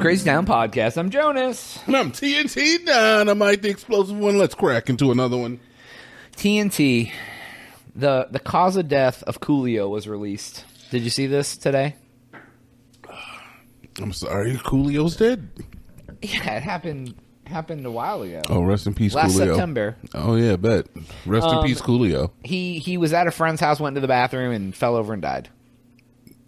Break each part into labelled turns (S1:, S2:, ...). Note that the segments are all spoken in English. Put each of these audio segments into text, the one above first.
S1: Crazy Town Podcast. I'm Jonas.
S2: And I'm TNT Dynamite, the explosive one. Let's crack into another one.
S1: TNT, the the cause of death of Coolio was released. Did you see this today?
S2: I'm sorry, Coolio's dead.
S1: Yeah, it happened happened a while ago.
S2: Oh, rest in peace,
S1: Last
S2: Coolio.
S1: September. Um,
S2: Oh yeah, bet. Rest in peace, Coolio.
S1: He he was at a friend's house, went to the bathroom, and fell over and died.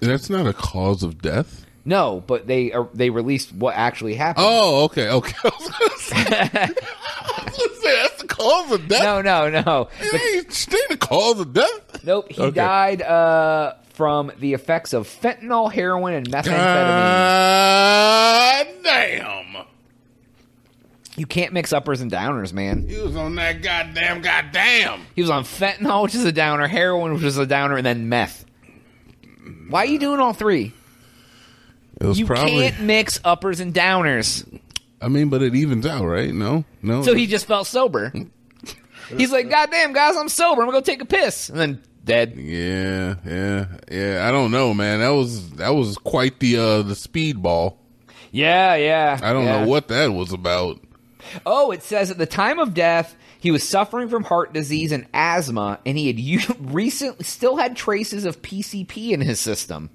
S2: That's not a cause of death.
S1: No, but they uh, they released what actually happened.
S2: Oh, okay, okay. I was gonna say, I was gonna say, that's the cause of death.
S1: No, no, no.
S2: It ain't, it ain't the cause of death.
S1: Nope, he
S2: Okay.
S1: died uh, from the effects of fentanyl, heroin, and
S2: Ah.
S1: methamphetamine.
S2: God damn!
S1: you can't mix uppers and downers, man.
S2: He was on that goddamn goddamn.
S1: He was on fentanyl, which is a downer, heroin, which is a downer, and then meth. Why are you doing all three?
S2: It was
S1: You
S2: probably.
S1: can't mix uppers and downers.
S2: I mean, but it evens out, right? No, no.
S1: So he just felt sober. He's like, God damn, guys, I'm sober. I'm going to go take a piss. And then dead.
S2: Yeah, yeah, yeah. I don't know, man. That was that was quite the uh the speedball.
S1: Yeah, yeah.
S2: I don't
S1: yeah.
S2: know what that was about.
S1: Oh, it says at the time of death, he was suffering from heart disease and asthma, and he had u- recently still had traces of PCP in his system.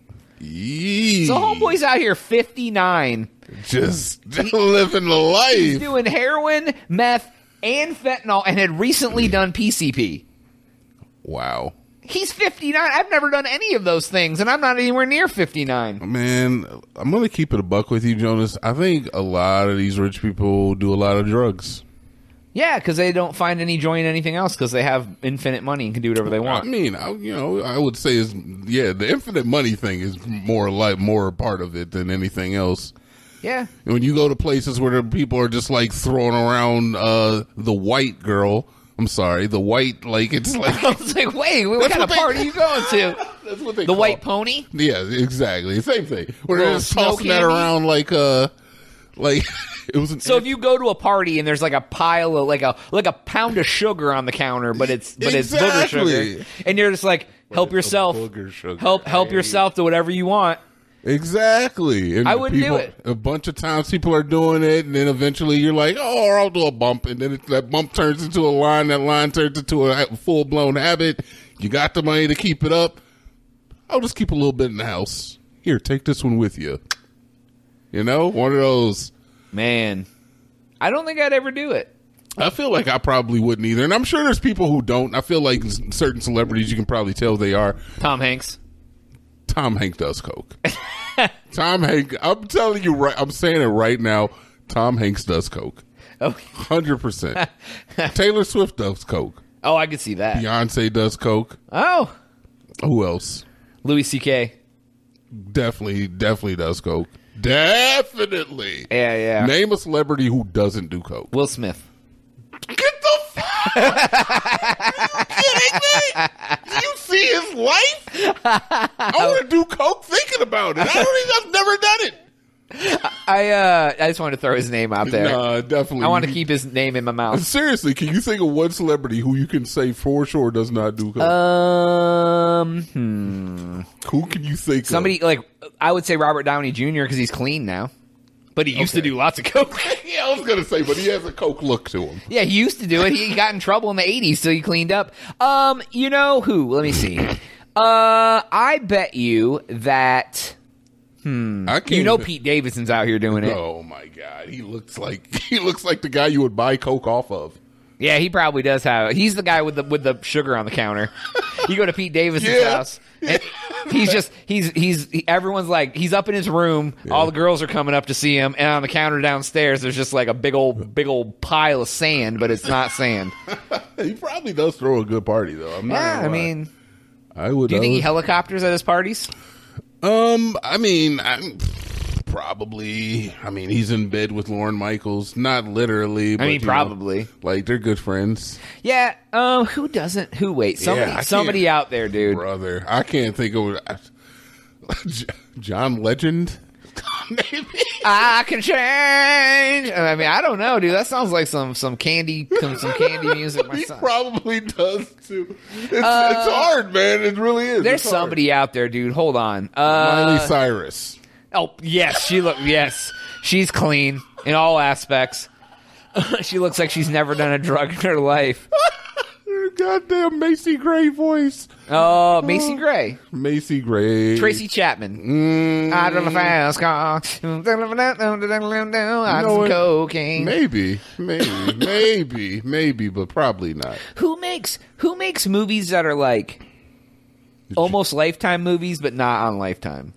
S2: Yee.
S1: So homeboy's out here 59,
S2: just living the life.
S1: doing heroin, meth, and fentanyl, and had recently done PCP.
S2: Wow,
S1: He's 59. I've never done any of those things, and I'm not anywhere near 59.
S2: man. I'm gonna keep it a buck with you, Jonas. I think a lot of these rich people do a lot of drugs.
S1: Yeah, because they don't find any joy in anything else because they have infinite money and can do whatever they
S2: I
S1: want.
S2: mean, I, you know, I would say is yeah, the infinite money thing is more like more a part of it than anything else.
S1: Yeah.
S2: And when you go to places where the people are just like throwing around uh the white girl i'm sorry the white like it's like
S1: I was like, wait, what
S2: That's
S1: kind of
S2: what they-
S1: party are you going to?
S2: that's what they
S1: The
S2: call
S1: white
S2: it.
S1: pony?
S2: yeah exactly same thing where they're
S1: Little
S2: just
S1: snow
S2: tossing that
S1: candy?
S2: around like uh like it was an
S1: So if you go to a party and there's like a pile of like a like a pound of sugar on the counter, but it's but it's booger sugar,
S2: Exactly.
S1: and you're just like, help
S2: it's a
S1: yourself,
S2: booger sugar.
S1: help help yourself to whatever you want.
S2: exactly and
S1: I
S2: the
S1: wouldn't do
S2: people-
S1: it.
S2: a bunch of times people are doing it and then eventually you're like oh i'll do a bump and then it, that bump turns into a line that line turns into a full-blown habit you got the money to keep it up I'll just keep a little bit in the house. Here, take this one with you. You know, one of those.
S1: Man, I don't think I'd ever do it.
S2: I feel like I probably wouldn't either, and I'm sure there's people who don't. I feel like s- certain celebrities you can probably tell they are.
S1: Tom Hanks.
S2: Tom Hank does coke. Tom Hank, I'm telling you right. I'm saying it right now. Tom Hanks does coke,
S1: Oh,
S2: hundred percent. Taylor Swift does coke.
S1: oh, I could see that.
S2: Beyonce does coke.
S1: Oh,
S2: Who else?
S1: Louis C.K.
S2: Definitely, definitely does coke. Definitely.
S1: Yeah, yeah.
S2: Name a celebrity who doesn't do coke.
S1: Will Smith.
S2: Get the fuck! Are you kidding me? Do you see his life? I want to do coke thinking about it. I don't even. I've never done it.
S1: I uh, I just wanted to throw his name out there.
S2: Nah, definitely.
S1: I want to keep his name in my mouth.
S2: Seriously, can you think of one celebrity who you can say for sure does not do
S1: Uh,
S2: coke?
S1: Um, hmm.
S2: who can you think?
S1: somebody like I would say Robert Downey Jr. because he's clean now, but he used to
S2: Okay.
S1: do lots of coke.
S2: Of? yeah, I was gonna say, but he has a coke look to him.
S1: Yeah, he used to do it. He got in trouble in the 80s, so he cleaned up. Um, you know who? Let me see. Uh, I bet you that
S2: I can't.
S1: you know
S2: even-
S1: Pete Davidson's out here doing it.
S2: Oh my god, he looks like he looks like the guy you would buy coke off of.
S1: Yeah, he probably does have. He's the guy with the with the sugar on the counter. You go to Pete Davidson's
S2: Yeah.
S1: house. and he's just he's he's he, everyone's like he's up in his room. All the girls are coming up to see him, and on the counter downstairs, there's just like a big old big old pile of sand, but it's not sand.
S2: He probably does throw a good party though. I'm not.
S1: yeah,
S2: gonna
S1: I
S2: lie.
S1: mean,
S2: I would.
S1: do you think he
S2: I would-
S1: helicopters at his parties?
S2: Um, I mean, I'm probably. I mean, he's in bed with Lauren Michaels, not literally. But,
S1: mean,
S2: you know,
S1: probably.
S2: like they're good friends,
S1: Yeah. Um. Who doesn't? Who? Wait. Somebody.
S2: I can't-
S1: somebody out there, dude.
S2: brother. I can't think of I, J- John Legend. Maybe.
S1: I can change. I mean, I don't know, dude. That sounds like some some candy some, some candy music. My
S2: He
S1: son. Uh,
S2: probably does too. It's, it's hard, man. It really is.
S1: There's
S2: It's hard.
S1: somebody out there, dude. Hold on. Uh,
S2: Miley Cyrus.
S1: Oh yes, she look yes, she's clean in all aspects. she looks like she's never done a drug in her life.
S2: Your goddamn Macy Gray voice.
S1: Oh, Macy Gray,
S2: Macy Gray.
S1: Tracy Chapman.
S2: Mm,
S1: I drive a fast car. I
S2: know
S1: some
S2: it.
S1: cocaine.
S2: Maybe, maybe, maybe, maybe, but probably not.
S1: Who makes who makes movies that are like almost lifetime movies, but not on lifetime?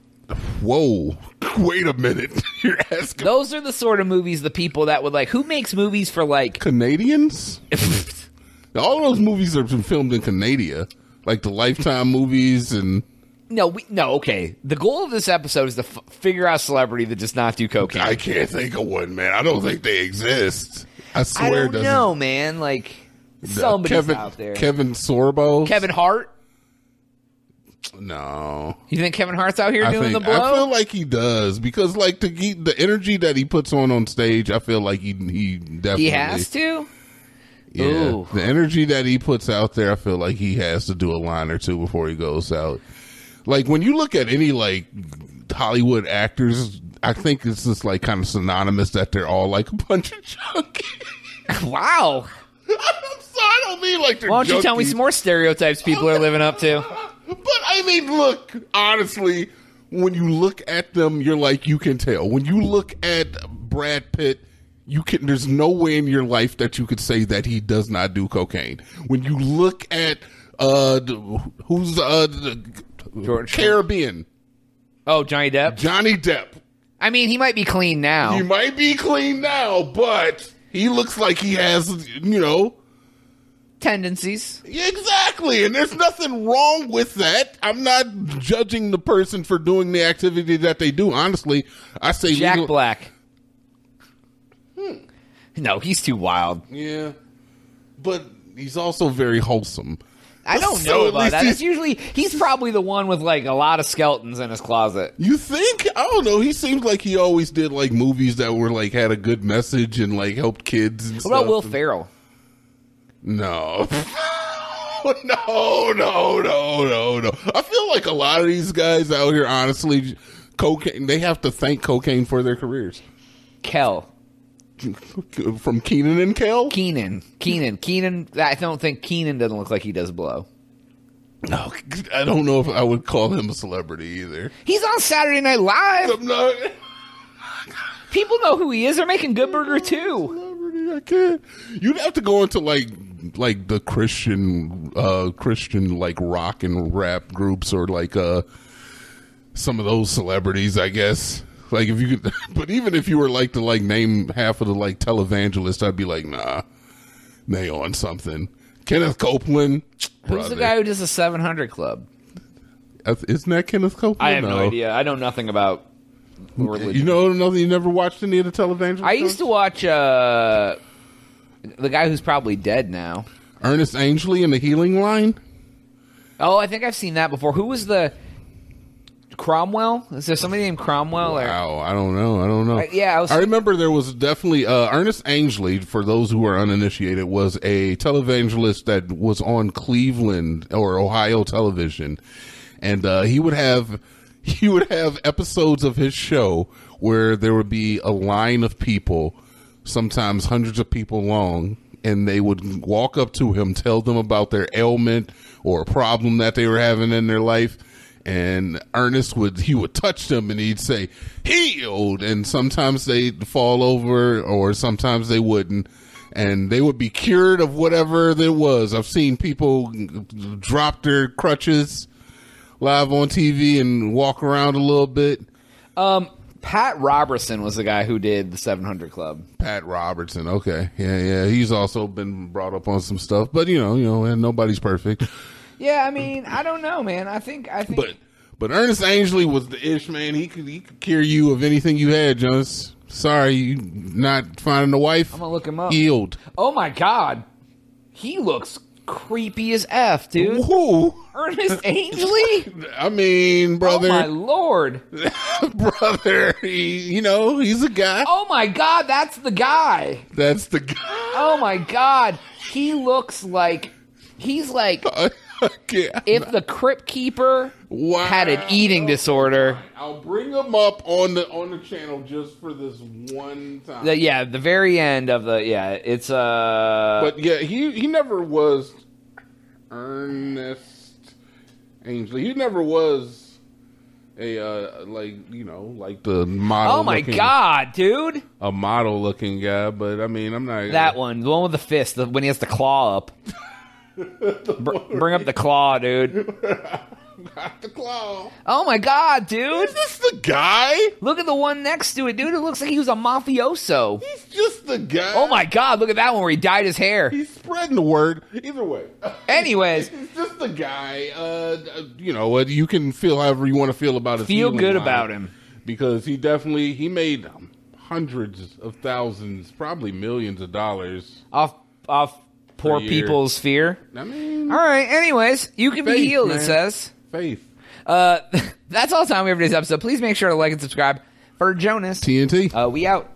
S2: Whoa! Wait a minute. You're asking
S1: Those are the sort of movies the people that would like. Who makes movies for like?
S2: Canadians? All those movies are filmed in Canada, like the Lifetime movies and
S1: no, we, no. Okay, the goal of this episode is to f- figure out a celebrity that does not do cocaine.
S2: I can't think of one, man. I don't think they exist. I
S1: I
S2: swear, it
S1: don't
S2: doesn't-
S1: know, man. Like
S2: Uh,
S1: somebody's
S2: Kevin,
S1: out there.
S2: Kevin Sorbo.
S1: Kevin Hart.
S2: No,
S1: You think Kevin Hart's out here
S2: I
S1: doing
S2: think
S1: the
S2: I feel
S1: blow?
S2: like he does because, like, the he- the energy that he puts on on stage, I feel like he he definitely
S1: he has to.
S2: Yeah,
S1: Ooh.
S2: the energy that he puts out there, I feel like he has to do a line or two before he goes out. Like when you look at any like Hollywood actors, I think it's just like kind of synonymous that they're all like a bunch of junkies.
S1: Wow.
S2: I'm sorry, I don't mean like they're.
S1: Why don't you tell me
S2: junkies.
S1: some more stereotypes people are living up to?
S2: But I mean, look, honestly, when you look at them, you're like, you can tell. When you look at Brad Pitt, you can. There's no way in your life that you could say that he does not do cocaine. When you look at uh, the- who's uh, the
S1: George.
S2: Caribbean
S1: Oh, Johnny Depp.
S2: Johnny Depp,
S1: I mean, he might be clean now.
S2: he might be clean now, but he looks like he has, you know.
S1: Tendencies.
S2: Yeah, Exactly, and there's nothing wrong with that. I'm not judging the person for doing the activity that they do. Honestly, I say
S1: Jack
S2: legal-
S1: Black.
S2: Hmm.
S1: No, he's too wild.
S2: Yeah, but he's also very wholesome.
S1: I don't
S2: So
S1: know
S2: at
S1: about
S2: least
S1: that.
S2: he's-
S1: It's usually he's probably the one with like a lot of skeletons in his closet.
S2: You think? I don't know. He seems like he always did like movies that were like had a good message and like helped kids. And
S1: What about
S2: stuff.
S1: Will Ferrell?
S2: No. no, no, no, no, no. I feel like a lot of these guys out here, honestly, cocaine. They have to thank cocaine for their careers.
S1: Kel.
S2: from Keenan and Kel.
S1: Keenan. Keenan. Keenan. I don't think Keenan doesn't look like he does blow.
S2: No, I don't know if I would call him a celebrity either.
S1: He's on Saturday Night Live.
S2: I'm not
S1: People know who he is. They're making Good Burger too.
S2: celebrity. I can't. You'd have to go into like like the Christian uh Christian like rock and rap groups or like uh some of those celebrities, I guess. Like if you could, but even if you were like to like name half of the like televangelists, I'd be like, nah, they on something. Kenneth Copeland.
S1: Who's the guy who does the 700 Club?
S2: Isn't that Kenneth Copeland?
S1: I have no.
S2: No.
S1: idea. I know nothing about religion.
S2: You know another you never watched any of the televangelist?
S1: I used to watch uh, the guy who's probably dead now.
S2: Ernest Angley in the Healing Line.
S1: Oh, I think I've seen that before. Who was the Cromwell? Is there somebody named Cromwell? Or
S2: Wow, I don't know. I don't know.
S1: Uh, yeah, I
S2: I,
S1: was-
S2: remember there was definitely uh, Ernest Angley. For those who are uninitiated, was a televangelist that was on Cleveland or Ohio television, and uh, he would have he would have episodes of his show where there would be a line of people, sometimes hundreds of people long, and they would walk up to him, tell them about their ailment or a problem that they were having in their life. And Ernest would he would touch them and he'd say healed, and sometimes they'd fall over or sometimes they wouldn't, and they would be cured of whatever there was. I've seen people drop their crutches live on TV and walk around a little bit.
S1: Pat Robertson was the guy who did the 700 Club.
S2: Pat Robertson. Okay, yeah, yeah. He's also been brought up on some stuff, but you know, you know, and nobody's perfect.
S1: Yeah, I mean, I don't know, man. I think I think
S2: But but Ernest Angley was the ish man. He could he could cure you of anything you had, Jonas. Sorry, you not finding a wife.
S1: I'm gonna look him up.
S2: Healed.
S1: Oh my god, he looks creepy as f, dude.
S2: Who?
S1: Ernest Angley.
S2: I mean,
S1: Oh my
S2: brother,
S1: lord.
S2: brother. He, you know, he's a guy.
S1: Oh my god, that's the guy.
S2: That's the guy.
S1: Oh my god, he looks like he's like
S2: yeah.
S1: If the crypt keeper
S2: Wow.
S1: had an eating disorder,
S2: I'll bring them up on the on the channel just for this one time.
S1: the, yeah, the very end of the yeah, it's uh
S2: but yeah, he he never was Ernest Ainsley. He never was a uh, like you know like the model.
S1: Oh my
S2: looking-
S1: god, dude.
S2: a model looking guy. But I mean, I'm not
S1: That one, the one with the fist, the, when he has the claw up. Br- bring up the claw, dude.
S2: Got the claw.
S1: Oh my god, dude.
S2: Is this the guy?
S1: Look at the one next to it, dude. It looks like he was a mafioso.
S2: He's just the guy.
S1: Oh my god, look at that one where he dyed his hair.
S2: He's spreading the word. Either way.
S1: Anyways,
S2: He's just the guy. Uh, you know what? You can feel however you want to feel about his.
S1: Feel
S2: healing
S1: good
S2: line.
S1: about him.
S2: because he definitely he made um, hundreds of thousands, probably millions of dollars.
S1: off off poor
S2: year.
S1: people's fear.
S2: I mean,
S1: All right, anyways, you can be
S2: Faith,
S1: healed,
S2: man.
S1: it says.
S2: faith.
S1: Uh, that's all the time we have for today's episode. Please make sure to like and subscribe. For Jonas,
S2: TNT.
S1: uh, we out.